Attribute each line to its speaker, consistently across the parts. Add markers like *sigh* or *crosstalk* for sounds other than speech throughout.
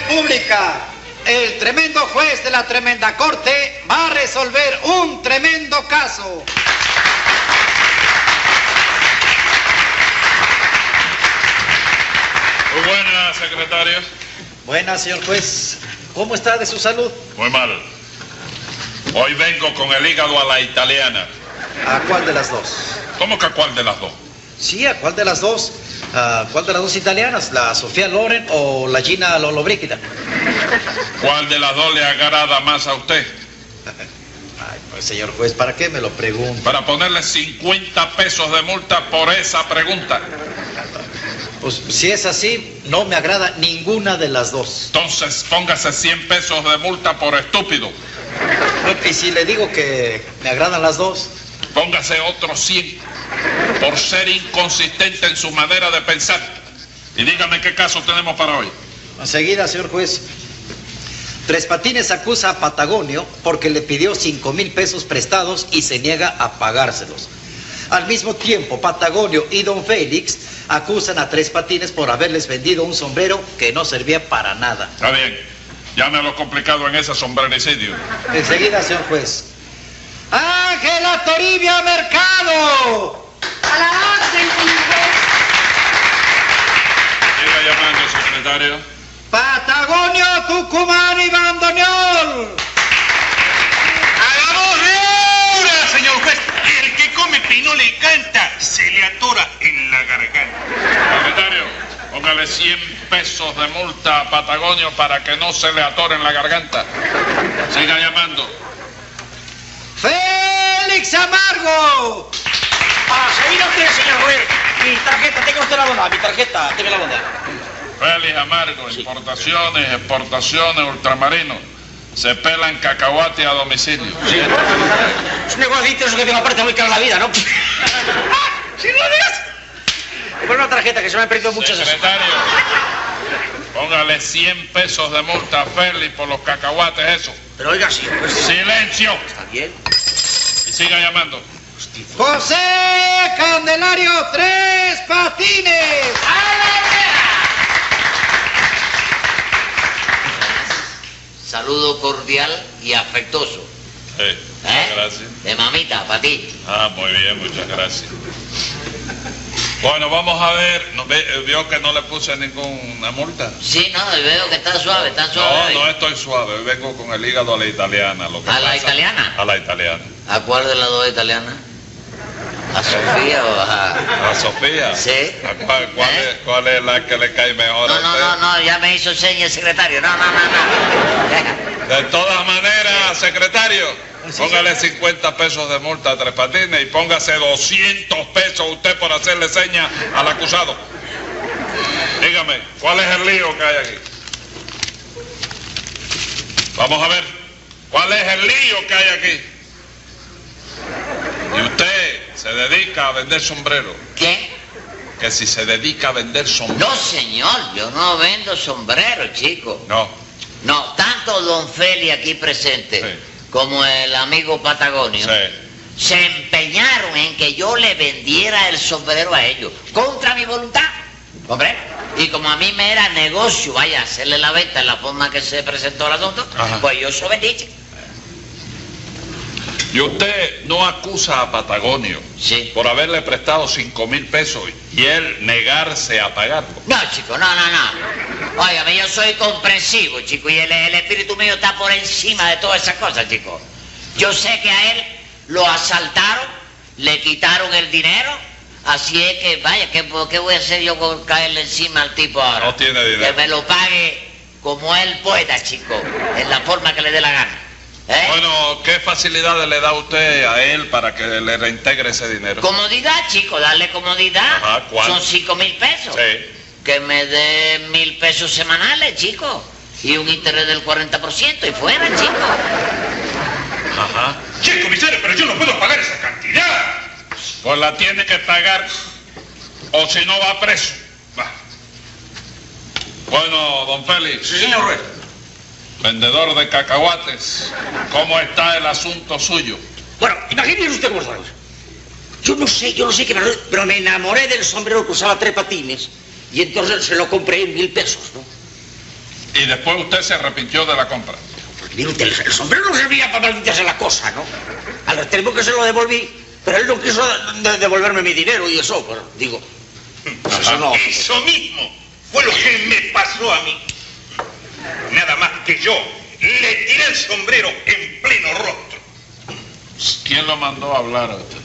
Speaker 1: República. El tremendo juez de la tremenda corte va a resolver un tremendo caso.
Speaker 2: Muy buenas, secretario.
Speaker 3: Buenas, señor juez. ¿Cómo está de su salud?
Speaker 2: Muy mal. Hoy vengo con el hígado a la italiana.
Speaker 3: ¿A cuál de las dos?
Speaker 2: ¿Cómo que a cuál de las dos?
Speaker 3: Sí, ¿a cuál de las dos? ¿A cuál de las dos italianas? ¿La Sofía Loren o la Gina Lollobrigida?
Speaker 2: ¿Cuál de las dos le agrada más a usted?
Speaker 3: Ay, pues, señor juez, ¿para qué me lo pregunta?
Speaker 2: Para ponerle 50 pesos de multa por esa pregunta.
Speaker 3: Pues si es así, no me agrada ninguna de las dos.
Speaker 2: Entonces póngase 100 pesos de multa por estúpido.
Speaker 3: Y si le digo que me agradan las dos,
Speaker 2: Póngase otros 100 por ser inconsistente en su manera de pensar. Y dígame qué caso tenemos para hoy.
Speaker 3: enseguida, señor juez. Tres Patines acusa a Patagonio porque le pidió cinco mil pesos prestados y se niega a pagárselos. Al mismo tiempo, Patagonio y Don Félix acusan a Tres Patines por haberles vendido un sombrero que no servía para nada.
Speaker 2: Está bien. Ya me lo complicado en ese sombrericidio.
Speaker 3: Enseguida, señor juez.
Speaker 1: Ángela Toribia Mercado.
Speaker 4: A la orden, señor juez.
Speaker 2: Siga llamando, secretario.
Speaker 1: Patagonio, Tucumán y Bandoneón.
Speaker 5: ¡Hagamos ahora, señor juez! El que come y no le canta, se le atora en la garganta.
Speaker 2: Secretario, póngale 100 pesos de multa a Patagonio para que no se le atore en la garganta. Siga llamando.
Speaker 1: Félix Amargo.
Speaker 6: Seguido Ah, usted, señor juez. Mi tarjeta, tenga usted la bondad, mi tarjeta, tenga la bondad.
Speaker 2: Félix Amargo, importaciones, exportaciones, ultramarinos. Se pelan cacahuate a domicilio.
Speaker 6: Es un negocio intenso que tengo aparte muy caro la vida, *laughs* ¿no? ¡Ah! ¡Si no digas! Por una tarjeta que se me han perdido muchas veces.
Speaker 2: Secretario, póngale 100 pesos de multa a Félix por los cacahuates esos.
Speaker 6: Pero oiga, señor juez,
Speaker 2: ¡Silencio!
Speaker 6: está bien.
Speaker 2: Y siga llamando.
Speaker 1: José Candelario Tres Patines.
Speaker 7: Saludo cordial y afectuoso.
Speaker 2: Eh,
Speaker 7: ¿eh?
Speaker 2: muchas gracias.
Speaker 7: De mamita, para ti.
Speaker 2: Ah, muy bien, muchas gracias. Bueno, vamos a ver. No, ve- eh, vio que no le puse ninguna multa.
Speaker 7: Sí, no, veo que está suave, está
Speaker 2: No,
Speaker 7: suave.
Speaker 2: no estoy suave. Vengo con el hígado a la italiana. Lo que
Speaker 7: ¿A la
Speaker 2: pasa-
Speaker 7: italiana?
Speaker 2: A la italiana.
Speaker 7: ¿A cuál de las dos italianas? ¿A Sofía o a.?
Speaker 2: ¿A Sofía?
Speaker 7: Sí.
Speaker 2: ¿A cuál, cuál
Speaker 7: ¿Eh?
Speaker 2: es, cuál es la que le cae mejor a
Speaker 7: No, no,
Speaker 2: usted?
Speaker 7: no, no, ya me hizo seña el secretario. No, no, no, no. Deja.
Speaker 2: De todas maneras, secretario, póngale 50 pesos de multa a Tres Patines y póngase 200 pesos usted por hacerle seña al acusado. Dígame, ¿cuál es el lío que hay aquí? Vamos a ver, ¿cuál es el lío que hay aquí? Y usted se dedica a vender sombrero.
Speaker 7: ¿Quién?
Speaker 2: Que si se dedica a vender sombrero.
Speaker 7: No, señor, yo no vendo sombrero, chico.
Speaker 2: No.
Speaker 7: No, tanto don Feli aquí presente
Speaker 2: Sí.
Speaker 7: como el amigo Patagonio.
Speaker 2: Sí.
Speaker 7: se empeñaron en que yo le vendiera el sombrero a ellos, contra mi voluntad, hombre. Y como a mí me era negocio, vaya, hacerle la venta en la forma que se presentó el asunto,
Speaker 2: Ajá.
Speaker 7: pues yo soy bendito.
Speaker 2: Y usted no acusa a Patagonio.
Speaker 7: Sí.
Speaker 2: por haberle prestado cinco mil pesos y él negarse a pagarlo.
Speaker 7: No, chico, no, no, no. Óigame, yo soy comprensivo, chico, y el, el espíritu mío está por encima de todas esas cosas, chico. Yo sé que a él lo asaltaron, le quitaron el dinero, así es que, vaya, ¿qué, qué voy a hacer yo con caerle encima al tipo ahora?
Speaker 2: No tiene dinero.
Speaker 7: Que me lo pague como él pueda, chico, en la forma que le dé la gana. ¿Eh?
Speaker 2: Bueno, ¿qué facilidades le da usted a él para que le reintegre ese dinero?
Speaker 7: Comodidad, chico, darle comodidad.
Speaker 2: Ajá, ¿cuál?
Speaker 7: Son cinco mil pesos.
Speaker 2: Sí.
Speaker 7: Que me dé mil pesos semanales, chico. Y un interés del 40% y fuera, chico.
Speaker 2: Ajá.
Speaker 5: Che, comisario, pero yo no puedo pagar esa cantidad.
Speaker 2: Pues la tiene que pagar o si no va preso.
Speaker 5: Va.
Speaker 2: Bueno, don Félix,
Speaker 5: Sí, señor juez.
Speaker 2: vendedor de cacahuates, ¿cómo está el asunto suyo?
Speaker 6: Bueno, imagínese usted cómo estamos. Yo no sé, yo no sé qué me pero me enamoré del sombrero que usaba tres patines y entonces se lo compré en mil pesos, ¿no?
Speaker 2: Y después usted se arrepintió de la compra.
Speaker 6: Pues mire usted, el, el sombrero no servía para maldita la cosa, ¿no? Al extremo que se lo devolví, pero él no quiso de- devolverme mi dinero y eso, pero digo, pues
Speaker 5: Ah,
Speaker 6: eso no.
Speaker 5: Eso mismo fue lo que me pasó a mí. Nada más que yo le tiré el sombrero en pleno rostro.
Speaker 2: ¿Quién lo mandó a hablar a usted?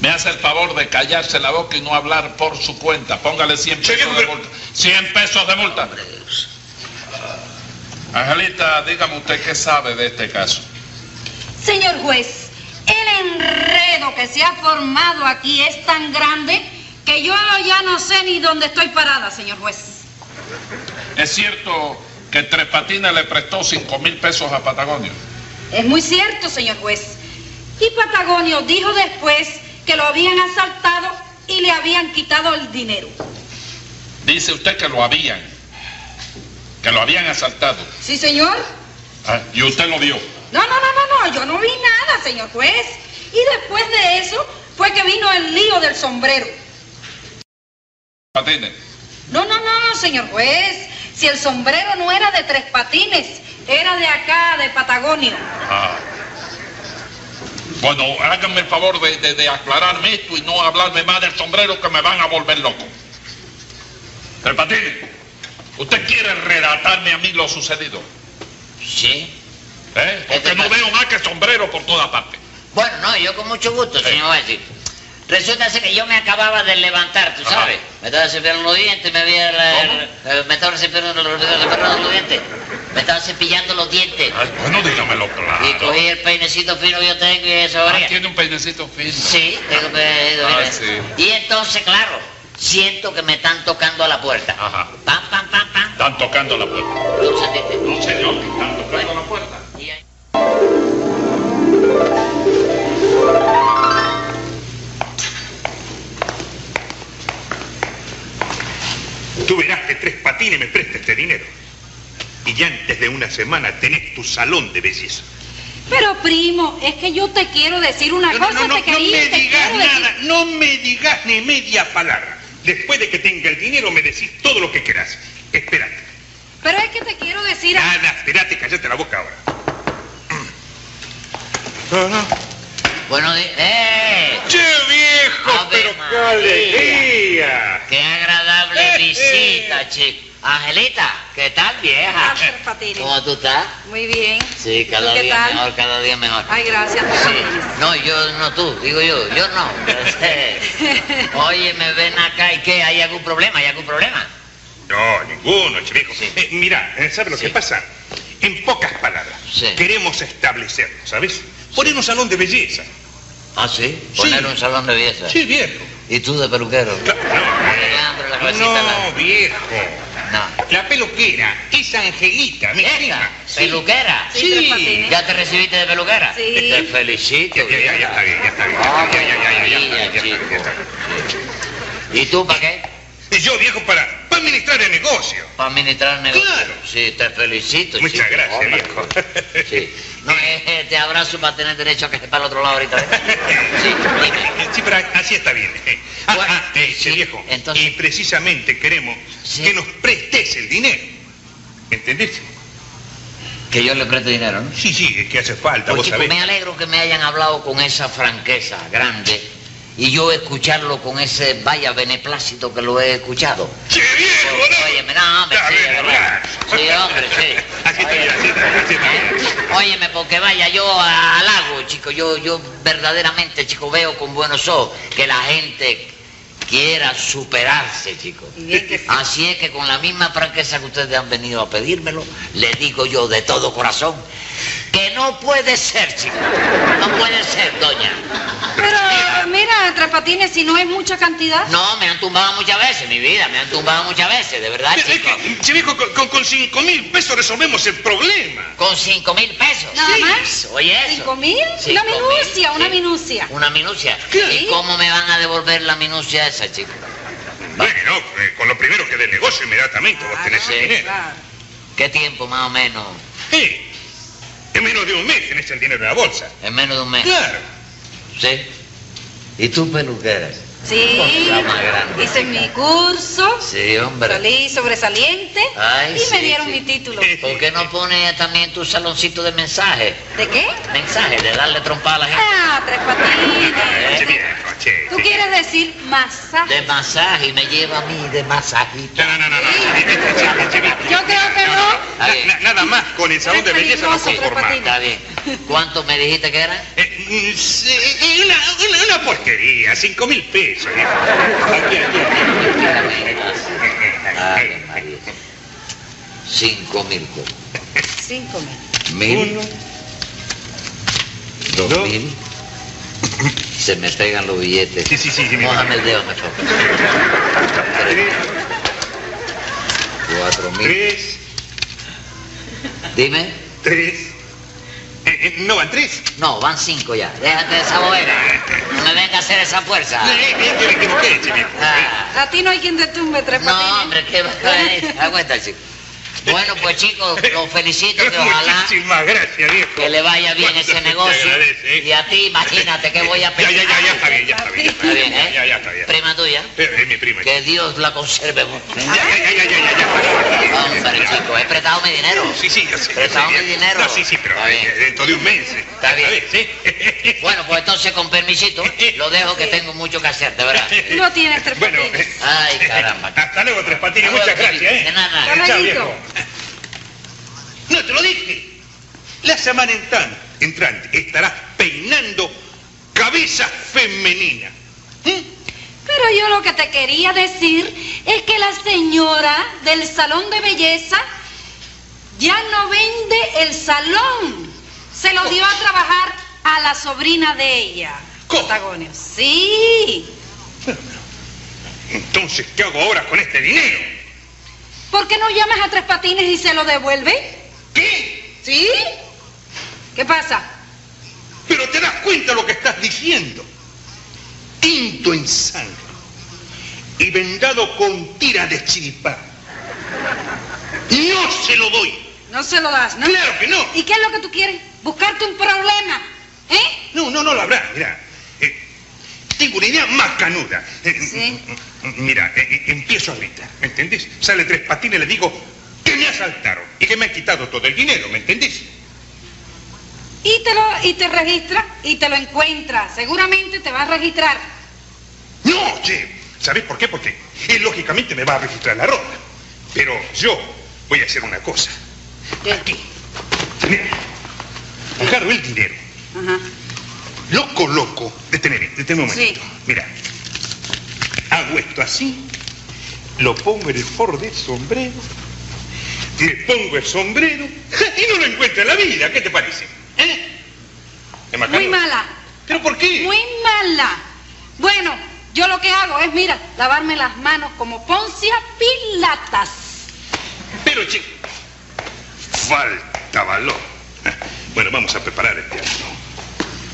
Speaker 2: Me hace el favor de callarse la boca y no hablar por su cuenta. Póngale 100 pesos de
Speaker 5: Señor.
Speaker 2: multa. 100 pesos de multa. Angelita, dígame usted qué sabe de este caso.
Speaker 4: Señor juez, el enredo que se ha formado aquí es tan grande que yo ya no sé ni dónde estoy parada, señor juez.
Speaker 2: ¿Es cierto que Tres Patines le prestó 5 mil pesos a Patagonio?
Speaker 4: Es muy cierto, señor juez. Y Patagonio dijo después que lo habían asaltado y le habían quitado el dinero.
Speaker 2: Dice usted que lo habían. Que lo habían asaltado.
Speaker 4: ¿Sí, señor?
Speaker 2: Ah, Y usted lo vio.
Speaker 4: No, no, no, no, no, yo no vi nada, señor juez. Y después de eso fue que vino el lío del sombrero.
Speaker 2: Patines.
Speaker 4: No, no, no, señor juez. Si el sombrero no era de tres patines, era de acá, de Patagonio.
Speaker 2: Ah. Bueno, háganme el favor de, de- de aclararme esto y no hablarme más del sombrero que me van a volver loco. Tres Patines, usted quiere relatarme a mí lo sucedido,
Speaker 7: Sí.
Speaker 2: ¿eh? Porque no veo más que sombrero por toda parte.
Speaker 7: Bueno, no, yo con mucho gusto,
Speaker 2: Sí.
Speaker 7: señor Valle. Resulta ser que yo me acababa de levantar, tú
Speaker 2: Ajá.
Speaker 7: sabes. Me estaba cepillando los dientes, me había... la-
Speaker 2: ¿Cómo?
Speaker 7: eh, me estaba cepillando los, perdón, los dientes. Me estaba cepillando los dientes.
Speaker 2: Ay, bueno, dígamelo
Speaker 7: Y
Speaker 2: Ah, claro.
Speaker 7: cogí el peinecito fino que yo tengo y esa
Speaker 2: Ah,
Speaker 7: oreja.
Speaker 2: tiene un peinecito fino.
Speaker 7: Sí, tengo peinecito
Speaker 2: Ah,
Speaker 7: mira.
Speaker 2: sí.
Speaker 7: Y entonces, claro, siento que me están tocando a la puerta.
Speaker 2: Ajá.
Speaker 7: Pam, pam, pam, pam.
Speaker 2: Están tocando la puerta.
Speaker 7: Los dientes.
Speaker 2: No, señor, que están tocando la puerta.
Speaker 7: Y ahí-
Speaker 5: Tú verás que Tres Patines me presta este dinero. Y ya antes de una semana tenés tu salón de belleza.
Speaker 4: Pero primo, es que yo te quiero decir una
Speaker 5: No, no,
Speaker 4: cosa,
Speaker 5: no, no,
Speaker 4: te quería,
Speaker 5: no
Speaker 4: te
Speaker 5: me digas
Speaker 4: quiero decir-
Speaker 5: nada, no me digas ni media palabra. Después de que tenga el dinero me decís todo lo que querás. Espérate.
Speaker 4: Pero es que te quiero decir,
Speaker 5: Nada, espérate, cállate la boca ahora.
Speaker 7: Bueno, di- ¡eh!
Speaker 5: Che viejo,
Speaker 7: Ave
Speaker 5: pero qué
Speaker 7: María.
Speaker 5: alegría.
Speaker 7: ¡Qué agradable
Speaker 5: Eh,
Speaker 7: visita,
Speaker 5: eh.
Speaker 7: chico! Angelita, ¿qué tal, vieja?
Speaker 4: Ah, Tres Patines.
Speaker 7: ¿Cómo tú estás?
Speaker 4: muy bien.
Speaker 7: Oh. Sí,
Speaker 4: ¿Tú
Speaker 7: cada
Speaker 4: qué
Speaker 7: día
Speaker 4: tal?
Speaker 7: mejor, cada día mejor.
Speaker 4: Ay, gracias, Tres
Speaker 7: Sí.
Speaker 4: Patines.
Speaker 7: No, yo no tú, digo yo, yo no. Este, *laughs* Oye, me ven acá y qué, ¿hay algún problema? ¿Hay algún problema?
Speaker 5: No, ninguno, che viejo.
Speaker 7: Sí.
Speaker 5: Eh, mira, eh, ¿sabes lo
Speaker 7: Sí.
Speaker 5: que pasa? En pocas palabras,
Speaker 7: Sí.
Speaker 5: queremos establecernos, ¿sabes? Poner un salón de belleza.
Speaker 7: Ah, sí,
Speaker 5: Sí.
Speaker 7: poner un salón de belleza.
Speaker 5: Sí, viejo.
Speaker 7: ¿Y tú de peluquero?
Speaker 5: Claro,
Speaker 7: Alejandro, la cabecita
Speaker 5: No,
Speaker 7: larga.
Speaker 5: no viejo.
Speaker 7: No.
Speaker 5: La peluquera es Angelita, mi
Speaker 7: ¿Esta?
Speaker 5: prima.
Speaker 7: ¿Peluquera?
Speaker 4: Sí, Tres Patines.
Speaker 7: ¿Ya te recibiste de peluquera?
Speaker 4: Sí.
Speaker 7: Te felicito.
Speaker 5: Ya, ya, ya, ya está bien, ya está bien. Ya, ya, ya, ya, ya, ya está bien, ya está bien, ya está bien.
Speaker 7: ¿Y tú para qué?
Speaker 5: Y yo, viejo, para, para administrar el negocio.
Speaker 7: Para administrar negocios.
Speaker 5: Claro.
Speaker 7: Sí, te felicito.
Speaker 5: Muchas
Speaker 7: chico.
Speaker 5: gracias,
Speaker 7: Hola.
Speaker 5: viejo.
Speaker 7: Sí. No, eh, te abrazo para tener derecho a que esté para el otro lado ahorita. Sí, dime.
Speaker 5: Sí, pero así está bien. Ah,
Speaker 7: Bueno,
Speaker 5: ah, eh, che,
Speaker 7: sí,
Speaker 5: viejo.
Speaker 7: entonces-
Speaker 5: Y precisamente queremos
Speaker 7: Sí.
Speaker 5: que nos prestes el dinero. ¿Entendés?
Speaker 7: Que yo le preste dinero, ¿no?
Speaker 5: Sí, sí, es que hace falta,
Speaker 7: Pues
Speaker 5: vos
Speaker 7: chico,
Speaker 5: sabés.
Speaker 7: me alegro que me hayan hablado con esa franqueza grande y yo escucharlo con ese vaya beneplácito que lo he escuchado.
Speaker 5: ¡Che viejo, no!
Speaker 7: Oye, no, hombre,
Speaker 5: Está
Speaker 7: sí,
Speaker 5: bien,
Speaker 7: es verdad.
Speaker 5: abrazo.
Speaker 7: Sí, hombre, sí. eh,
Speaker 5: Así está bien, así está bien, así está bien.
Speaker 7: Óyeme, porque vaya, yo a- halago, chico, yo, yo verdaderamente, chico, veo con buenos ojos que la gente quiera superarse, chico.
Speaker 4: Y bien que sí.
Speaker 7: Así es que con la misma franqueza que ustedes han venido a pedírmelo, le digo yo de todo corazón que no puede ser, chico. No puede ser, doña.
Speaker 4: *laughs* Pero mira, Tres Patines, si no es mucha cantidad.
Speaker 7: No, me han tumbado muchas veces, mi vida, me han tumbado muchas veces, de verdad,
Speaker 5: Es
Speaker 7: chico.
Speaker 5: que, che viejo, con- con, con cinco mil pesos resolvemos el problema.
Speaker 7: Con cinco mil pesos.
Speaker 4: Nada
Speaker 7: Sí. pues,
Speaker 4: más.
Speaker 7: Oye, eso.
Speaker 4: ¿Cinco mil?
Speaker 7: Cinco
Speaker 4: Una
Speaker 7: mil,
Speaker 4: minucia, una
Speaker 7: sí.
Speaker 4: minucia.
Speaker 7: Una minucia.
Speaker 4: ¿Qué?
Speaker 7: ¿Y cómo me van a devolver la minucia esa, chico?
Speaker 5: Bueno, eh, con lo primero que dé el negocio inmediatamente vos tenés el
Speaker 7: sí,
Speaker 5: dinero.
Speaker 4: Claro.
Speaker 7: ¿Qué tiempo más o menos?
Speaker 5: Sí. En menos de un mes tenés el dinero en la bolsa.
Speaker 7: En menos de un mes.
Speaker 5: Claro.
Speaker 7: ¿Sí? ¿Y tú, peluquera?
Speaker 4: Sí,
Speaker 7: Cosa Pues, más grande.
Speaker 4: hice mi curso,
Speaker 7: Sí, hombre.
Speaker 4: salí sobresaliente
Speaker 7: Ay,
Speaker 4: y
Speaker 7: sí,
Speaker 4: me dieron
Speaker 7: sí.
Speaker 4: mi
Speaker 7: *laughs*
Speaker 4: título.
Speaker 7: ¿Por qué no pones también tu saloncito de mensaje?
Speaker 4: ¿De qué?
Speaker 7: Mensaje, de darle trompada a la gente.
Speaker 4: Ah, tres patines.
Speaker 5: Che, viejo, che,
Speaker 4: Tú
Speaker 5: che.
Speaker 4: quieres decir masaje.
Speaker 7: De masaje, y me lleva a mí de masajito.
Speaker 5: No, no, no, no.
Speaker 4: Yo creo que no.
Speaker 7: Está bien,
Speaker 5: Na- nada más con el salón de
Speaker 4: Es
Speaker 5: belleza nos
Speaker 4: peligroso, Tres
Speaker 5: conformamos.
Speaker 4: Patines.
Speaker 7: está bien. ¿Cuánto me dijiste que era?
Speaker 5: Eh, mm, sí, eh, una, una, una porquería, cinco mil pesos. viejo. Aquí, aquí,
Speaker 7: Ay,
Speaker 5: aquí.
Speaker 7: María. Cinco mil cosas.
Speaker 4: Cinco mil.
Speaker 7: Mil.
Speaker 5: Uno.
Speaker 7: Dos,
Speaker 5: dos.
Speaker 7: mil. Se me pegan los billetes.
Speaker 5: Sí, sí, sí, sí, mi
Speaker 7: Mójame el dedo mejor. Tres,
Speaker 5: Tres,
Speaker 7: cuatro mil.
Speaker 5: tres,
Speaker 7: Dime.
Speaker 5: tres. Eh, eh, no van tres.
Speaker 7: No, van cinco ya. Déjate de esa bobera. No me venga a hacer esa fuerza.
Speaker 5: Eh, eh, yo me equivoqué, che, viejo.
Speaker 7: Ah.
Speaker 4: A ti no hay quien te tumbe tres patines.
Speaker 7: No, hombre,
Speaker 4: *laughs*
Speaker 7: qué va Ah, Aguanta, chico. Bueno, pues chicos, los felicito que ojalá
Speaker 5: Muchísimas gracias, viejo.
Speaker 7: que le vaya bien
Speaker 5: Cuánto
Speaker 7: ese
Speaker 5: te
Speaker 7: negocio.
Speaker 5: agradece, eh.
Speaker 7: Y a ti, imagínate que voy a
Speaker 5: Ya,
Speaker 7: pedir.
Speaker 5: ya, ya, ya está bien, ya está bien.
Speaker 7: Está bien, ¿eh?
Speaker 5: Ya, ya está bien.
Speaker 7: Prima tuya,
Speaker 5: Eh, Es mi prima. Ya,
Speaker 7: que Dios la conserve.
Speaker 5: ya, ya, ya, ya, ya, ya.
Speaker 7: Hombre, chico, he prestado mi dinero.
Speaker 5: Sí, sí, yo sé. yo
Speaker 7: Prestado
Speaker 5: sé,
Speaker 7: mi
Speaker 5: bien.
Speaker 7: dinero.
Speaker 5: No, sí, sí, pero
Speaker 7: Está
Speaker 5: eh,
Speaker 7: bien.
Speaker 5: dentro de un mes. eh.
Speaker 7: Está bien.
Speaker 5: Otra vez, ¿sí?
Speaker 7: Bueno, pues entonces con permisito, lo dejo que tengo mucho que hacer, de verdad.
Speaker 5: *laughs*
Speaker 4: Tú no tienes tres
Speaker 5: Bueno,
Speaker 4: patines.
Speaker 5: eh,
Speaker 7: Ay, caramba.
Speaker 5: hasta luego, Tres Patines.
Speaker 7: Hasta
Speaker 5: Muchas
Speaker 7: luego,
Speaker 5: gracias,
Speaker 7: Chiquito.
Speaker 5: ¿eh?
Speaker 7: De nada.
Speaker 4: Hasta
Speaker 5: Eh, chao,
Speaker 4: luego.
Speaker 5: viejo. No, te lo dije. La semana entrante, entrante estarás peinando cabeza femenina.
Speaker 4: Pero yo lo que te quería decir es que la señora del salón de belleza ya no vende el salón. Se lo dio a trabajar a la sobrina de ella.
Speaker 5: ¿Cómo?
Speaker 4: Patagonio. Sí.
Speaker 5: Entonces, ¿qué hago ahora con este dinero?
Speaker 4: ¿Por qué no llamas a Tres Patines y se lo devuelve?
Speaker 5: ¿Qué?
Speaker 4: ¿Sí? ¿Qué pasa?
Speaker 5: Pero te das cuenta de lo que estás diciendo. Tinto en sangre y vendado con tira de chiripa. No se lo doy.
Speaker 4: No se lo das, ¿no?
Speaker 5: Claro que no.
Speaker 4: ¿Y qué es lo que tú quieres? Buscarte un problema. ¿Eh?
Speaker 5: No, no, no la habrá, mira. Eh, tengo una idea más canuda. Eh,
Speaker 4: Sí.
Speaker 5: m- Mira, eh, eh, empiezo a gritar, ¿me entendés? Sale tres patines y le digo que me asaltaron y que me han quitado todo el dinero, ¿me entendés?
Speaker 4: Y te lo, y te registra y te lo encuentra. Seguramente te va a registrar.
Speaker 5: No, che. ¿Sabés por qué? Porque él lógicamente me va a registrar la ronda. Pero yo voy a hacer una cosa.
Speaker 4: ¿Qué?
Speaker 5: Aquí. Mira. Agarro el dinero.
Speaker 4: Ajá.
Speaker 5: Lo coloco. Detener, detener un
Speaker 4: Sí.
Speaker 5: momento. Mira. Hago esto así. Lo pongo en el forro del sombrero. Me pongo el sombrero. *laughs* Y no lo encuentro en la vida. ¿Qué te parece? ¿Eh? ¿Qué macabro?
Speaker 4: Muy mala,
Speaker 5: ¿Pero por qué?
Speaker 4: muy mala. Bueno, yo lo que hago es, mira, lavarme las manos como Poncia Pilatas.
Speaker 5: Pero, chico. Falta valor. Bueno, vamos a preparar el teatro.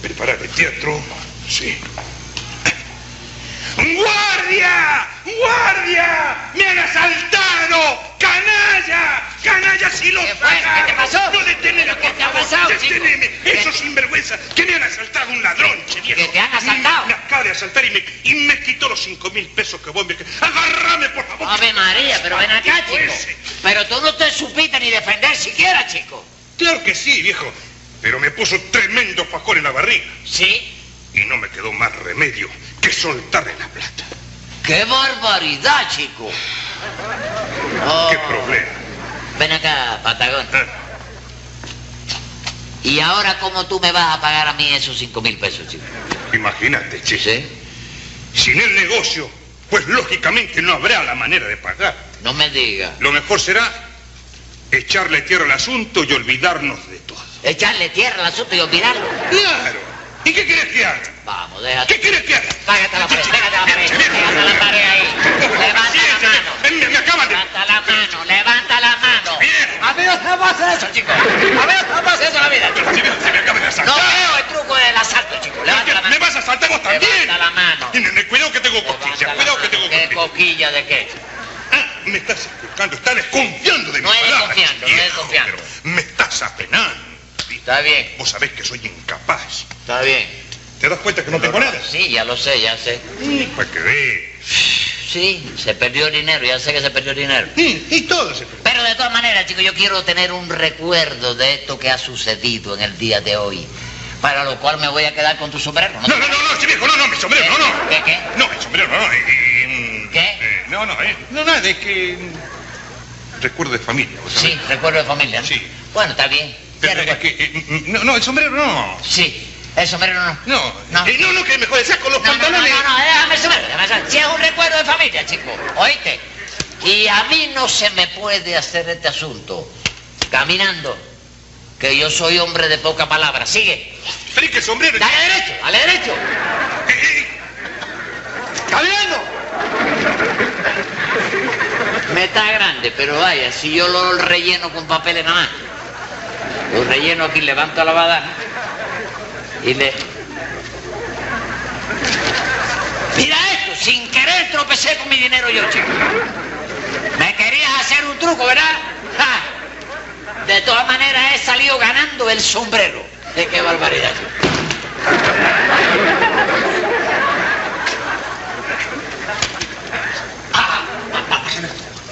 Speaker 5: Preparar el teatro. Sí. ¡Guardia! ¡Guardia! ¡Me han asaltado! ¡Canalla! ¡Canalla, si los
Speaker 7: ¿Qué fue?
Speaker 5: agarro!
Speaker 7: ¿Qué te pasó?
Speaker 5: ¡No deteneme,
Speaker 7: ¿Qué
Speaker 5: por
Speaker 7: te ha
Speaker 5: favor!
Speaker 7: pasado, chico?
Speaker 5: ¡Deteneme!
Speaker 7: ¿Qué?
Speaker 5: ¡Eso sinvergüenza! ¡Que me han asaltado un ladrón, che viejo!
Speaker 7: ¿Que te han asaltado?
Speaker 5: Me acaba de asaltar y me, y me quitó los cinco mil pesos que vos me... ¡Agárrame, por favor!
Speaker 7: Ave María, pero ven acá,
Speaker 5: Maldito
Speaker 7: chico.
Speaker 5: ese.
Speaker 7: Pero tú no te supiste ni defender siquiera, chico.
Speaker 5: Claro que sí, viejo. Pero me puso tremendo fajón en la barriga.
Speaker 7: ¿Sí?
Speaker 5: Y no me quedó más remedio que soltarle la plata.
Speaker 7: ¡Qué barbaridad, chico! Oh,
Speaker 5: ¿Qué problema?
Speaker 7: ven acá, Patagón.
Speaker 5: Ah,
Speaker 7: ¿Y ahora cómo tú me vas a pagar a mí esos cinco mil pesos, chico?
Speaker 5: Imagínate, che.
Speaker 7: ¿Sí?
Speaker 5: Sin el negocio, pues lógicamente no habrá la manera de pagar.
Speaker 7: No me digas.
Speaker 5: Lo mejor será echarle tierra al asunto y olvidarnos de todo.
Speaker 7: Echarle tierra al asunto y olvidarlo.
Speaker 5: ¡Claro! ¿Y qué querés que haga?
Speaker 7: Vamos,
Speaker 5: ¿Qué
Speaker 7: déjate.
Speaker 5: querés que haga?
Speaker 7: Pégate a la pared, pégate a la pared,
Speaker 5: Che, viejo.
Speaker 7: pégate a la pared ahí. Levanta
Speaker 5: Sí,
Speaker 7: la
Speaker 5: che,
Speaker 7: mano.
Speaker 5: eh, Me, me acaban de...
Speaker 7: Levanta la mano, levanta la mano.
Speaker 5: ¡Viejo!
Speaker 6: A mí no me pasa eso, chicos. A mí no me pasa eso en la vida.
Speaker 5: Pero si me, se me acaban de
Speaker 7: No
Speaker 5: asaltar.
Speaker 7: veo el truco del asalto, chico. Levanta la
Speaker 5: ¿Me
Speaker 7: mano.
Speaker 5: vas a saltar vos también?
Speaker 7: Levanta la mano.
Speaker 5: Y me- me- Cuidado que tengo costillas,
Speaker 7: Levanta la
Speaker 5: cuidado que tengo
Speaker 7: mano. ¿Qué
Speaker 5: costillas.
Speaker 7: coquilla de qué?
Speaker 5: Ah, me estás escuchando, estás desconfiando de mi
Speaker 7: No eres
Speaker 5: palabra,
Speaker 7: confiando, no eres confiando.
Speaker 5: pero me estás apenando.
Speaker 7: Está bien,
Speaker 5: Vos sabés que soy incapaz.
Speaker 7: está bien.
Speaker 5: ¿Te das cuenta que no tengo nada?
Speaker 7: Sí, ya lo sé, ya sé.
Speaker 5: Mm, Para que ve.
Speaker 7: Sí, se perdió el dinero, ya sé que se perdió el dinero.
Speaker 5: Mm, Y todo se
Speaker 7: Pero de todas maneras, chicos, yo quiero tener un recuerdo de esto que ha sucedido en el día de hoy. Para lo cual me voy a quedar con tu sombrero. ¿no?
Speaker 5: No, no, no, no, sí, viejo, no, no, mi sombrero, no, no.
Speaker 7: ¿Qué, qué?
Speaker 5: No, mi sombrero, no, no. eh, eh, mm,
Speaker 7: ¿Qué?
Speaker 5: eh, no, no, eh, no, nada, es que... mm, Recuerdo de familia, ¿vos sabés?
Speaker 7: Sí, recuerdo de familia. ¿no?
Speaker 5: Sí.
Speaker 7: Bueno, está bien. Ya
Speaker 5: Pero es
Speaker 7: recuerdo.
Speaker 5: que... eh, mm, no, no, el sombrero no.
Speaker 7: Sí, el sombrero no.
Speaker 5: No,
Speaker 7: No.
Speaker 5: eh, no, no, que mejor el saco, los
Speaker 7: No, no, no, no,
Speaker 5: pantalones...
Speaker 7: no, eh, déjame saber, déjame saber. Si es un recuerdo de familia, chico, oíste. Y a mí no se me puede hacer este asunto caminando, que yo soy hombre de poca palabra. Sigue,
Speaker 5: Pero es que el sombrero...
Speaker 7: dale derecho, dale derecho.
Speaker 5: Eh, eh,
Speaker 7: ¡Caminando! Me está grande, pero vaya, si yo lo relleno con papeles nada más, lo relleno aquí, levanto la badana y le... Mira esto, sin querer tropecé con mi dinero yo, chico. Me querías hacer un truco, ¿verdad? ¡Ja! De todas maneras he salido ganando el sombrero. Eh, ¡Qué barbaridad! chico.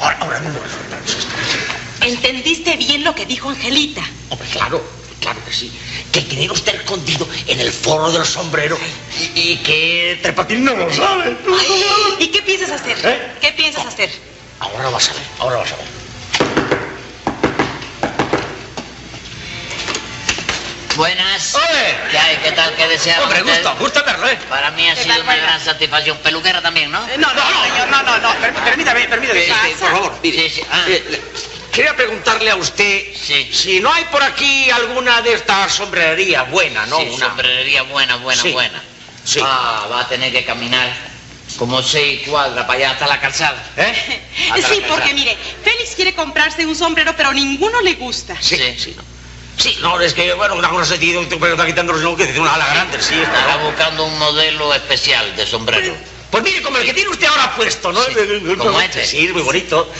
Speaker 6: Ahora, ahora no.
Speaker 8: ¿Entendiste bien lo que dijo Angelita?
Speaker 6: Hombre, claro, claro que sí. Que el dinero está escondido en el forro del sombrero y, y que Trepatín no lo sabe.
Speaker 8: ¿Y qué piensas hacer?
Speaker 6: ¿Eh?
Speaker 8: ¿Qué piensas hacer?
Speaker 6: Ahora lo vas a ver, ahora lo vas a ver.
Speaker 7: Buenas.
Speaker 6: ¡Ole!
Speaker 7: ¿Qué hay? ¿Qué tal? ¿Qué desean?
Speaker 6: Hombre,
Speaker 7: ustedes?
Speaker 6: gusta, gusta verlo, ¿eh?
Speaker 7: Para mí ha
Speaker 8: ¿Qué
Speaker 7: sido
Speaker 8: tal,
Speaker 7: una
Speaker 8: Mayra?
Speaker 7: gran satisfacción. Peluquera también, ¿no?
Speaker 8: No, no, no, señor, no, no, no.
Speaker 6: Per- Permítame, permítame.
Speaker 7: Sí, sí,
Speaker 6: por favor, mire.
Speaker 7: Sí, sí, ah.
Speaker 6: Eh, le- quería preguntarle a usted
Speaker 7: Sí.
Speaker 6: si no hay por aquí alguna de estas sombrererías buenas, ¿no?
Speaker 7: sí,
Speaker 6: Una-
Speaker 7: sombrerería buena, buena,
Speaker 6: Sí.
Speaker 7: buena.
Speaker 6: Sí.
Speaker 7: Ah, va a tener que caminar como seis cuadras para allá hasta la calzada.
Speaker 6: *laughs* ¿Eh?
Speaker 7: Hasta
Speaker 8: Sí,
Speaker 7: la
Speaker 8: porque
Speaker 7: calzada.
Speaker 8: mire, Félix quiere comprarse un sombrero, pero ninguno le gusta.
Speaker 6: Sí,
Speaker 7: Sí.
Speaker 6: sí, no. Sí, no, es que, bueno, una cosa sentido que está quitando los que dice una ala grande, sí, está.
Speaker 7: Estará buscando un modelo especial de sombrero.
Speaker 6: Pues mire, como el que tiene usted ahora puesto, ¿no?
Speaker 7: Sí, como este.
Speaker 6: Sí, muy bonito.
Speaker 7: *laughs*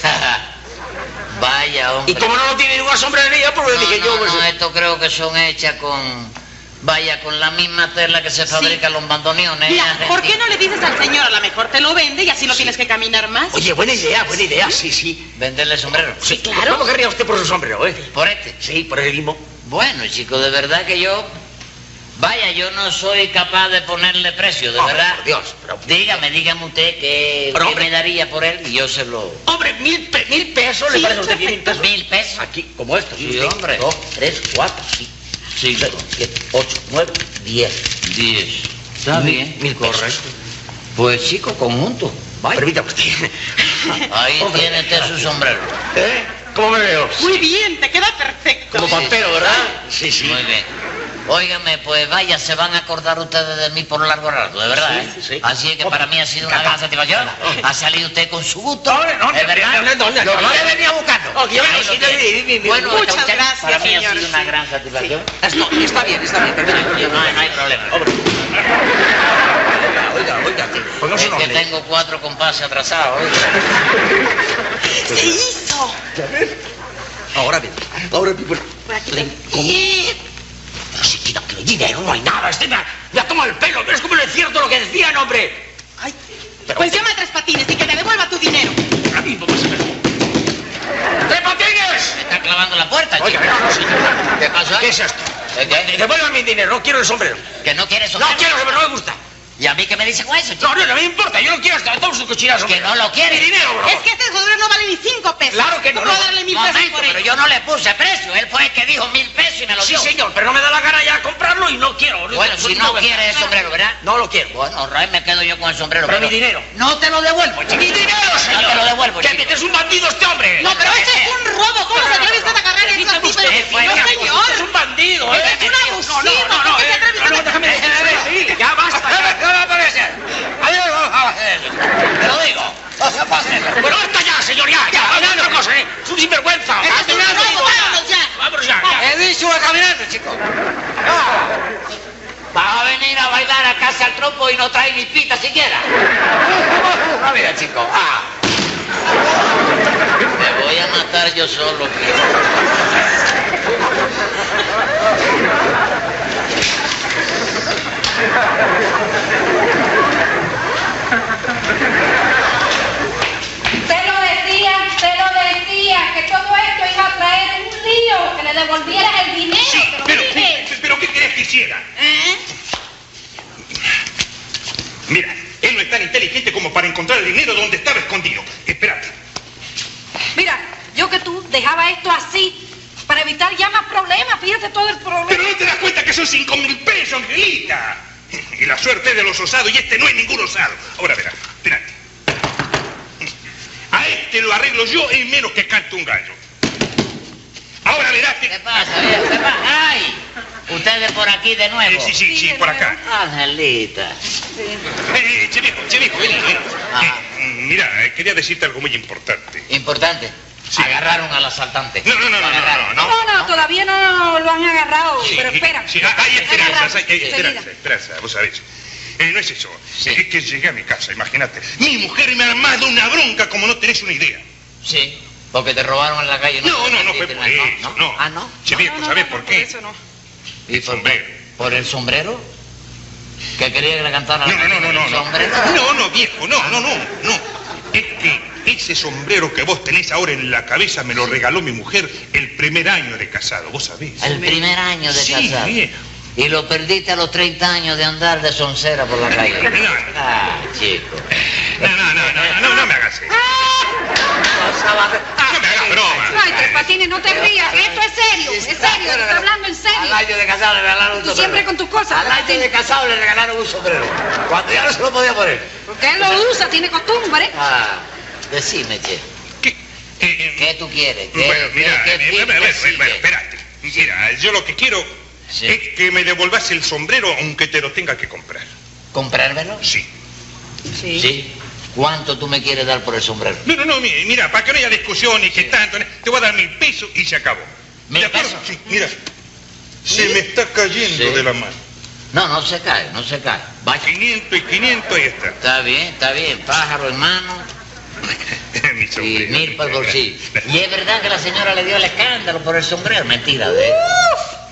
Speaker 7: Vaya, hombre.
Speaker 6: Y como no lo tiene ninguna sombrería, pues le
Speaker 7: No,
Speaker 6: dije
Speaker 7: no,
Speaker 6: yo,
Speaker 7: no,
Speaker 6: pues...
Speaker 7: esto creo que son hechas con... Vaya, con la misma tela que se fabrica los bandoneones.
Speaker 8: Mira,
Speaker 7: en
Speaker 8: ¿por qué
Speaker 7: Argentina.
Speaker 8: no le dices al señor? A lo mejor te lo vende y así no tienes que caminar más.
Speaker 6: Oye, buena idea, buena idea, sí, sí.
Speaker 7: Venderle sombrero.
Speaker 6: Sí, claro. ¿Cómo querría usted por su sombrero, eh?
Speaker 7: Por este.
Speaker 6: Sí, por el mismo.
Speaker 7: Bueno, chico, de verdad que yo... Vaya, yo no soy capaz de ponerle precio, de
Speaker 6: Hombre,
Speaker 7: verdad.
Speaker 6: por Dios, pero-
Speaker 7: Dígame, dígame usted qué,
Speaker 6: Pero,
Speaker 7: qué
Speaker 6: hombre.
Speaker 7: me daría por él y yo se lo...
Speaker 6: Hombre, mil, pe- mil pesos, ¿le
Speaker 8: Sí,
Speaker 6: parece a usted bien mil pesos?
Speaker 7: Mil pesos.
Speaker 6: Aquí, como esto.
Speaker 7: Sí,
Speaker 6: usted,
Speaker 7: hombre.
Speaker 6: Dos, tres, cuatro, sí.
Speaker 7: Sí,
Speaker 6: Seis, siete, ocho, nueve, diez.
Speaker 7: diez. Está
Speaker 6: Mil-
Speaker 7: bien.
Speaker 6: Mil pesos.
Speaker 7: Pues chico, conjunto. Vaya.
Speaker 6: Permítame *laughs* usted.
Speaker 7: Ahí
Speaker 6: Ah, Hombre.
Speaker 7: tiene usted su sombrero.
Speaker 6: ¿Eh? ¿Cómo me veo?
Speaker 8: Muy bien, te queda perfecto.
Speaker 6: Como pantero, ¿verdad? Sí, sí.
Speaker 7: Muy bien. Óigame, pues vaya, se van a acordar ustedes de mí por largo rato, de verdad,
Speaker 6: Sí,
Speaker 7: ¿eh?
Speaker 6: sí.
Speaker 7: Así que para mí ha sido una gran satisfacción. Ha salido usted con su gusto.
Speaker 6: No, no, no,
Speaker 7: ¿Es verdad?
Speaker 6: no, no, no,
Speaker 7: Lo que
Speaker 6: no.
Speaker 7: usted venía buscando.
Speaker 6: Ok,
Speaker 7: Ahí
Speaker 6: bueno,
Speaker 7: lo
Speaker 6: sí,
Speaker 7: tiene.
Speaker 6: sí, sí, sí, sí.
Speaker 7: Bueno, hasta
Speaker 8: Muchas
Speaker 7: usted-
Speaker 8: gracias,
Speaker 7: para mí ha
Speaker 8: señor,
Speaker 7: sido una
Speaker 8: sí.
Speaker 7: gran satisfacción.
Speaker 6: No, está bien, está bien, permítame.
Speaker 7: No, hay- no hay problema.
Speaker 6: Oiga, oiga, oiga. Pongamos
Speaker 7: Es
Speaker 6: un
Speaker 7: que
Speaker 6: orden.
Speaker 7: tengo cuatro compases atrasados. ¿eh?
Speaker 8: Se hizo.
Speaker 6: Ahora bien, ahora pues, bien. bueno,
Speaker 8: Por aquí
Speaker 6: le- ¿Cómo? Pero si quita que el dinero no hay nada, este me ha, me ha tomado el pelo, pero es como no es cierto lo que decían, hombre.
Speaker 8: Ay,
Speaker 6: Pero-
Speaker 8: pues llama a Tres Patines y que te devuelva tu dinero.
Speaker 6: Ahora mismo vas a ver. ¡Tres patines!
Speaker 7: Me está clavando la puerta, chico.
Speaker 6: Oiga, no, no, sí.
Speaker 7: ¿Qué pasó?
Speaker 6: ¿Qué es esto?
Speaker 7: ¿Eh, qué?
Speaker 6: Devuelvan mi dinero, no quiero el sombrero.
Speaker 7: Que no quiere
Speaker 6: No
Speaker 7: sombrero.
Speaker 6: quiero el sombrero, no me gusta.
Speaker 7: ¿Y a mí qué me dice con eso, chico?
Speaker 6: No, no, no me importa, yo no quiero hasta todos sus Eh, cochinas,
Speaker 7: Que
Speaker 6: hombre.
Speaker 7: no lo quiere.
Speaker 6: Mi dinero, bro.
Speaker 8: Es que este sombrero no vale ni cinco pesos.
Speaker 6: Claro que no,
Speaker 8: ¿Cómo
Speaker 6: no.
Speaker 8: va a darle mil pesos
Speaker 7: Momento,
Speaker 8: por
Speaker 7: pero
Speaker 8: él?
Speaker 7: yo no le puse precio. Él fue el que dijo mil pesos y me lo
Speaker 6: Sí,
Speaker 7: dio.
Speaker 6: señor, pero no me da la gana ya comprarlo y no quiero. boludo.
Speaker 7: Bueno, si
Speaker 6: Soy
Speaker 7: no
Speaker 6: una-
Speaker 7: quiere el sombrero, ¿verdad?
Speaker 6: No lo quiero.
Speaker 7: Bueno, Ray, me quedo yo con el sombrero.
Speaker 6: Pero mi dinero.
Speaker 7: No te lo devuelvo, chico.
Speaker 6: ¡Mi dinero, señor!
Speaker 7: No te lo devuelvo,
Speaker 6: ¡Que
Speaker 7: chico.
Speaker 6: metes un bandido este hombre!
Speaker 8: No, pero este es un robo. ¿Cómo se atreve usted a agarrar eso así? Pero,
Speaker 7: usted, fue
Speaker 8: no,
Speaker 7: una
Speaker 8: señor.
Speaker 6: ¡Es un bandido, eh!
Speaker 8: Este es un abusivo.
Speaker 6: No, no, no,
Speaker 8: ¿Cómo
Speaker 6: no,
Speaker 8: se
Speaker 6: eh,
Speaker 8: atreve
Speaker 6: no, no,
Speaker 8: usted a
Speaker 6: déjame, déjame, sí, ya *laughs* basta, ya.
Speaker 7: No me parece. Adiós, no, no, eh, Te lo digo. No se pase.
Speaker 6: Bueno, basta ya, señor, ya, ya, hablando otra cosa, eh. Es un sinvergüenza.
Speaker 7: Ah,
Speaker 8: Este es un
Speaker 6: Vámonos,
Speaker 8: robo. Vámonos ya.
Speaker 6: Vámonos ya, ya.
Speaker 7: He dicho a caminante, chico. Vas a venir a bailar a casa al trompo y no trae ni pita siquiera. Ah, mira, chico. Ah. Me voy a matar yo solo. tío.
Speaker 4: Te lo decía, te lo decía, que todo esto iba a traer un lío, que le devolvieras el dinero,
Speaker 5: Sí,
Speaker 4: te lo
Speaker 5: pero,
Speaker 4: dije.
Speaker 5: pero ¿qué querés que hiciera?
Speaker 4: ¿Eh?
Speaker 5: Mira, él no es tan inteligente como para encontrar el dinero donde estaba escondido. Espérate.
Speaker 4: Mira, yo que tú dejaba esto así para evitar ya más problemas, fíjate todo el
Speaker 5: Pero
Speaker 4: problema.
Speaker 5: no te das cuenta que son cinco mil pesos, Angelita. Y la suerte es de los osados, y este no es ningún osado. Ahora verás, espérate. A este lo arreglo yo en menos que cante un gallo. Ahora verás que...
Speaker 7: ¿Qué pasa, viejo? ¿Qué pasa? ¡Ay! Ustedes por aquí de
Speaker 5: Eh,
Speaker 7: nuevo.
Speaker 5: sí, sí, sí, por acá.
Speaker 7: Angelita.
Speaker 5: Eh, eh, che viejo, che viejo, vení, vení.
Speaker 7: Ajá.
Speaker 5: Eh, mira, eh, quería decirte algo muy importante.
Speaker 7: Importante.
Speaker 5: Sí.
Speaker 7: Agarraron al asaltante.
Speaker 5: No, no, no, no,
Speaker 7: Lo
Speaker 5: no,
Speaker 7: agarraron.
Speaker 5: no,
Speaker 4: No, no, todavía no lo han agarrado,
Speaker 5: Sí,
Speaker 4: pero espera.
Speaker 5: sí, ah, hay esperanzas, hay, hay
Speaker 4: Enseguida.
Speaker 5: esperanza, esperanza, vos sabés. Eh, no es eso.
Speaker 7: Sí.
Speaker 5: Es que llegué a mi casa, imagínate. Mi mujer me ha armado una bronca como no tenés una idea.
Speaker 7: Sí, porque te robaron en la calle.
Speaker 5: No, no, no fue
Speaker 7: te
Speaker 5: por
Speaker 7: metiste en la-
Speaker 5: eso, no.
Speaker 7: Ah, no.
Speaker 5: Che viejo,
Speaker 8: No, no,
Speaker 5: ¿sabés
Speaker 8: no,
Speaker 5: por
Speaker 8: no,
Speaker 5: qué?
Speaker 8: eso no.
Speaker 7: ¿Y por,
Speaker 5: Sombrero.
Speaker 7: por el sombrero? ¿Que quería que le cantara
Speaker 5: No, no, no, no, no,
Speaker 7: el
Speaker 5: no.
Speaker 7: sombrero?
Speaker 5: No, no, viejo, no, no, no, no. Es que ese sombrero que vos tenés ahora en la cabeza me lo regaló mi mujer el primer año de casado, vos sabés.
Speaker 7: El primer año de
Speaker 5: Sí,
Speaker 7: casado.
Speaker 5: viejo.
Speaker 7: Y lo perdiste a los 30 años de andar de soncera por la calle.
Speaker 5: No.
Speaker 7: Ah, chico.
Speaker 5: No, no, no, no, no, no me hagas eso. No me hagas broma.
Speaker 4: Ah,
Speaker 5: Eh,
Speaker 4: Ay, Tres Patines, no te rías, esto es serio, es serio, te estoy hablando
Speaker 6: Al
Speaker 4: en serio.
Speaker 6: año de casado le regalaron un
Speaker 4: Tú
Speaker 6: sombrero.
Speaker 4: siempre con tus cosas,
Speaker 6: Al año
Speaker 4: Martín.
Speaker 6: de casado le regalaron un sombrero. Cuando ya no se lo podía poner.
Speaker 4: Porque él lo usa, tiene costumbre.
Speaker 7: Ah, decime, che.
Speaker 5: ¿Qué? Eh,
Speaker 7: ¿Qué tú quieres? ¿Qué-
Speaker 5: Bueno, mira,
Speaker 7: qué-
Speaker 5: eh,
Speaker 7: qué
Speaker 5: eh,
Speaker 7: fin
Speaker 5: bueno, bueno,
Speaker 7: persigue?
Speaker 5: bueno, espérate. Mira, yo lo que quiero
Speaker 7: Sí.
Speaker 5: es que me devolvas el sombrero aunque te lo tenga que comprar.
Speaker 7: ¿Comprármelo?
Speaker 5: Sí.
Speaker 7: Sí. ¿Cuánto tú me quieres dar por el sombrero?
Speaker 5: No, no, no, mi- mira, para que no haya discusión y que tanto, te voy a dar mil pesos y se acabó.
Speaker 7: ¿Mil
Speaker 5: ¿De acuerdo?
Speaker 7: pesos?
Speaker 5: Sí, mira. Se me está cayendo
Speaker 7: Sí.
Speaker 5: de la mano.
Speaker 7: No, no se cae, no se cae. Vaya.
Speaker 5: 500 y 500, ahí está. *laughs*
Speaker 7: Está bien, está bien. Pájaro en mano
Speaker 5: mi
Speaker 7: y
Speaker 5: sombrero.
Speaker 7: mil por el bolsillo.
Speaker 5: *laughs*
Speaker 7: Y es verdad que la señora le dio el escándalo por el sombrero. Mentira
Speaker 4: Uh,
Speaker 7: de él.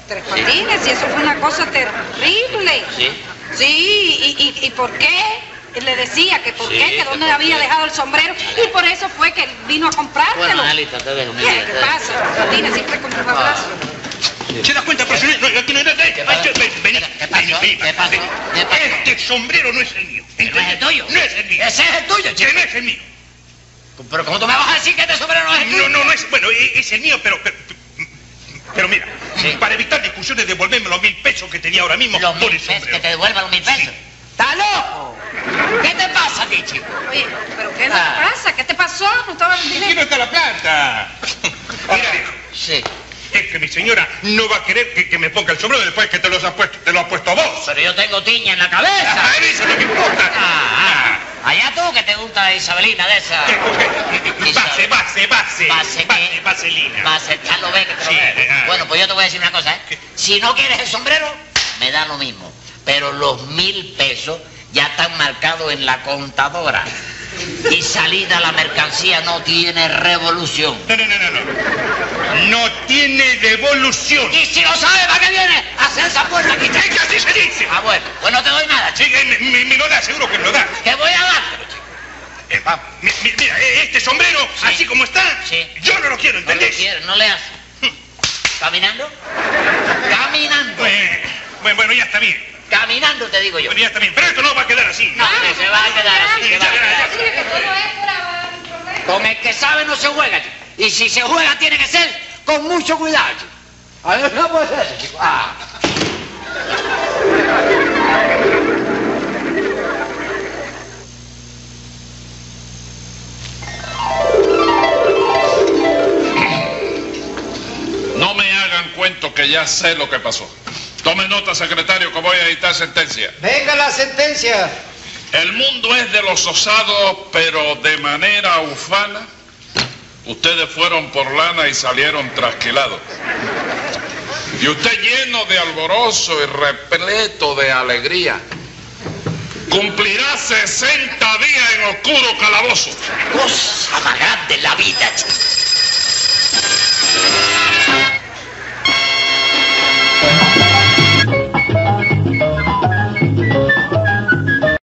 Speaker 4: Tres Patines, y eso fue una cosa terrible.
Speaker 7: Sí.
Speaker 4: Sí, y, y- y por qué? Le decía que por
Speaker 7: Sí,
Speaker 4: qué, que
Speaker 7: que
Speaker 4: dónde
Speaker 7: por
Speaker 4: había
Speaker 7: qué.
Speaker 4: dejado el sombrero, y por eso fue que vino a comprártelo.
Speaker 7: Bueno, Angelita, te dejo, mi
Speaker 4: ¿Qué,
Speaker 7: vida,
Speaker 4: ¿Qué
Speaker 7: te dejo.
Speaker 4: pasa? Tres Patines, siempre con tus
Speaker 7: Ah.
Speaker 4: abrazos.
Speaker 5: ¿Se das cuenta, profesor? No, aquí no era
Speaker 7: ¿Qué
Speaker 5: nada.
Speaker 7: pasó?
Speaker 5: Vení,
Speaker 7: ¿Qué pasó?
Speaker 5: vení, vení,
Speaker 7: ¿Qué pasó?
Speaker 5: vení.
Speaker 7: ¿Qué pasó?
Speaker 5: Este sombrero no es el mío.
Speaker 7: ¿No es el tuyo?
Speaker 5: No es el mío.
Speaker 7: Ese es el tuyo,
Speaker 5: Que no
Speaker 7: chico.
Speaker 5: es el mío.
Speaker 7: Pero ¿cómo tú me vas a decir que este sombrero no es el tuyo?
Speaker 5: No, no, no es. Bueno, e- es el mío, pero. Pero, pero mira,
Speaker 7: Sí.
Speaker 5: para evitar discusiones, devolverme los mil pesos que tenía ahora mismo
Speaker 7: Los
Speaker 5: por el
Speaker 7: mil pesos,
Speaker 5: sombrero.
Speaker 7: que te devuelvan los mil pesos. ¿Estás loco? ¿Qué te pasa a ti, chico?
Speaker 4: Oye, ¿pero qué le
Speaker 7: Ah.
Speaker 4: pasa? ¿Qué te pasó? ¿No estaba el
Speaker 5: Aquí no
Speaker 4: dinero?
Speaker 5: está la plata. mira, viejo,
Speaker 7: Sí.
Speaker 5: es que mi señora no va a querer que, que me ponga el sombrero después que te los has puesto. Te lo has puesto vos.
Speaker 7: Pero yo tengo tiña en la cabeza.
Speaker 5: Ah,
Speaker 7: *laughs*
Speaker 5: eso es lo que importa.
Speaker 7: Ah, ah. Allá tú que te gusta Isabelina de esa.
Speaker 5: Base, base, base.
Speaker 7: Base, ¿qué?
Speaker 5: base vaselina.
Speaker 7: Vas a echarlo ve que te lo
Speaker 5: Sí,
Speaker 7: vea.
Speaker 5: eh, ah.
Speaker 7: Bueno, pues yo te voy a decir una cosa, ¿eh?
Speaker 5: ¿Qué?
Speaker 7: Si no quieres el sombrero, me da lo mismo. Pero los mil pesos ya están marcados en la contadora. Y salida la mercancía no tiene revolución.
Speaker 5: No, no, no, no, no. No tiene devolución.
Speaker 7: Y si lo sabes, ¿para qué viene? Hacer esa puerta aquí.
Speaker 5: Es que así se dice.
Speaker 7: Ah, bueno, pues no te doy nada, chico.
Speaker 5: Sí, eh, me, me- me lo da, seguro que me lo da.
Speaker 7: Te voy a dar.
Speaker 5: Eh, va, mi- mi- mira, eh, este sombrero,
Speaker 7: Sí.
Speaker 5: así como está,
Speaker 7: Sí.
Speaker 5: yo no lo quiero,
Speaker 7: No le
Speaker 5: ¿entendés?
Speaker 7: quieres, no le haces. ¿Caminando? Caminando.
Speaker 5: Eh, bueno, bueno, ya está bien.
Speaker 7: Caminando, te digo yo.
Speaker 5: Bueno, ya está bien. Pero esto no va a quedar así.
Speaker 7: No, que se va a quedar así. se va a quedar así.
Speaker 4: Mira que todo es para-
Speaker 7: Con el que sabe no se juega, chico. Y si se juega tiene que ser con mucho cuidado, chico. A ver, no puede ser, chico. Ah.
Speaker 2: No me hagan cuento que ya sé lo que pasó. Tome nota, secretario, que voy a editar sentencia.
Speaker 3: Venga la sentencia.
Speaker 2: El mundo es de los osados, pero de manera ufana. Ustedes fueron por lana y salieron trasquilados. Y usted lleno de alborozo y repleto de alegría. Cumplirá 60 días en oscuro calabozo.
Speaker 7: Cosa más grande en la vida, chico.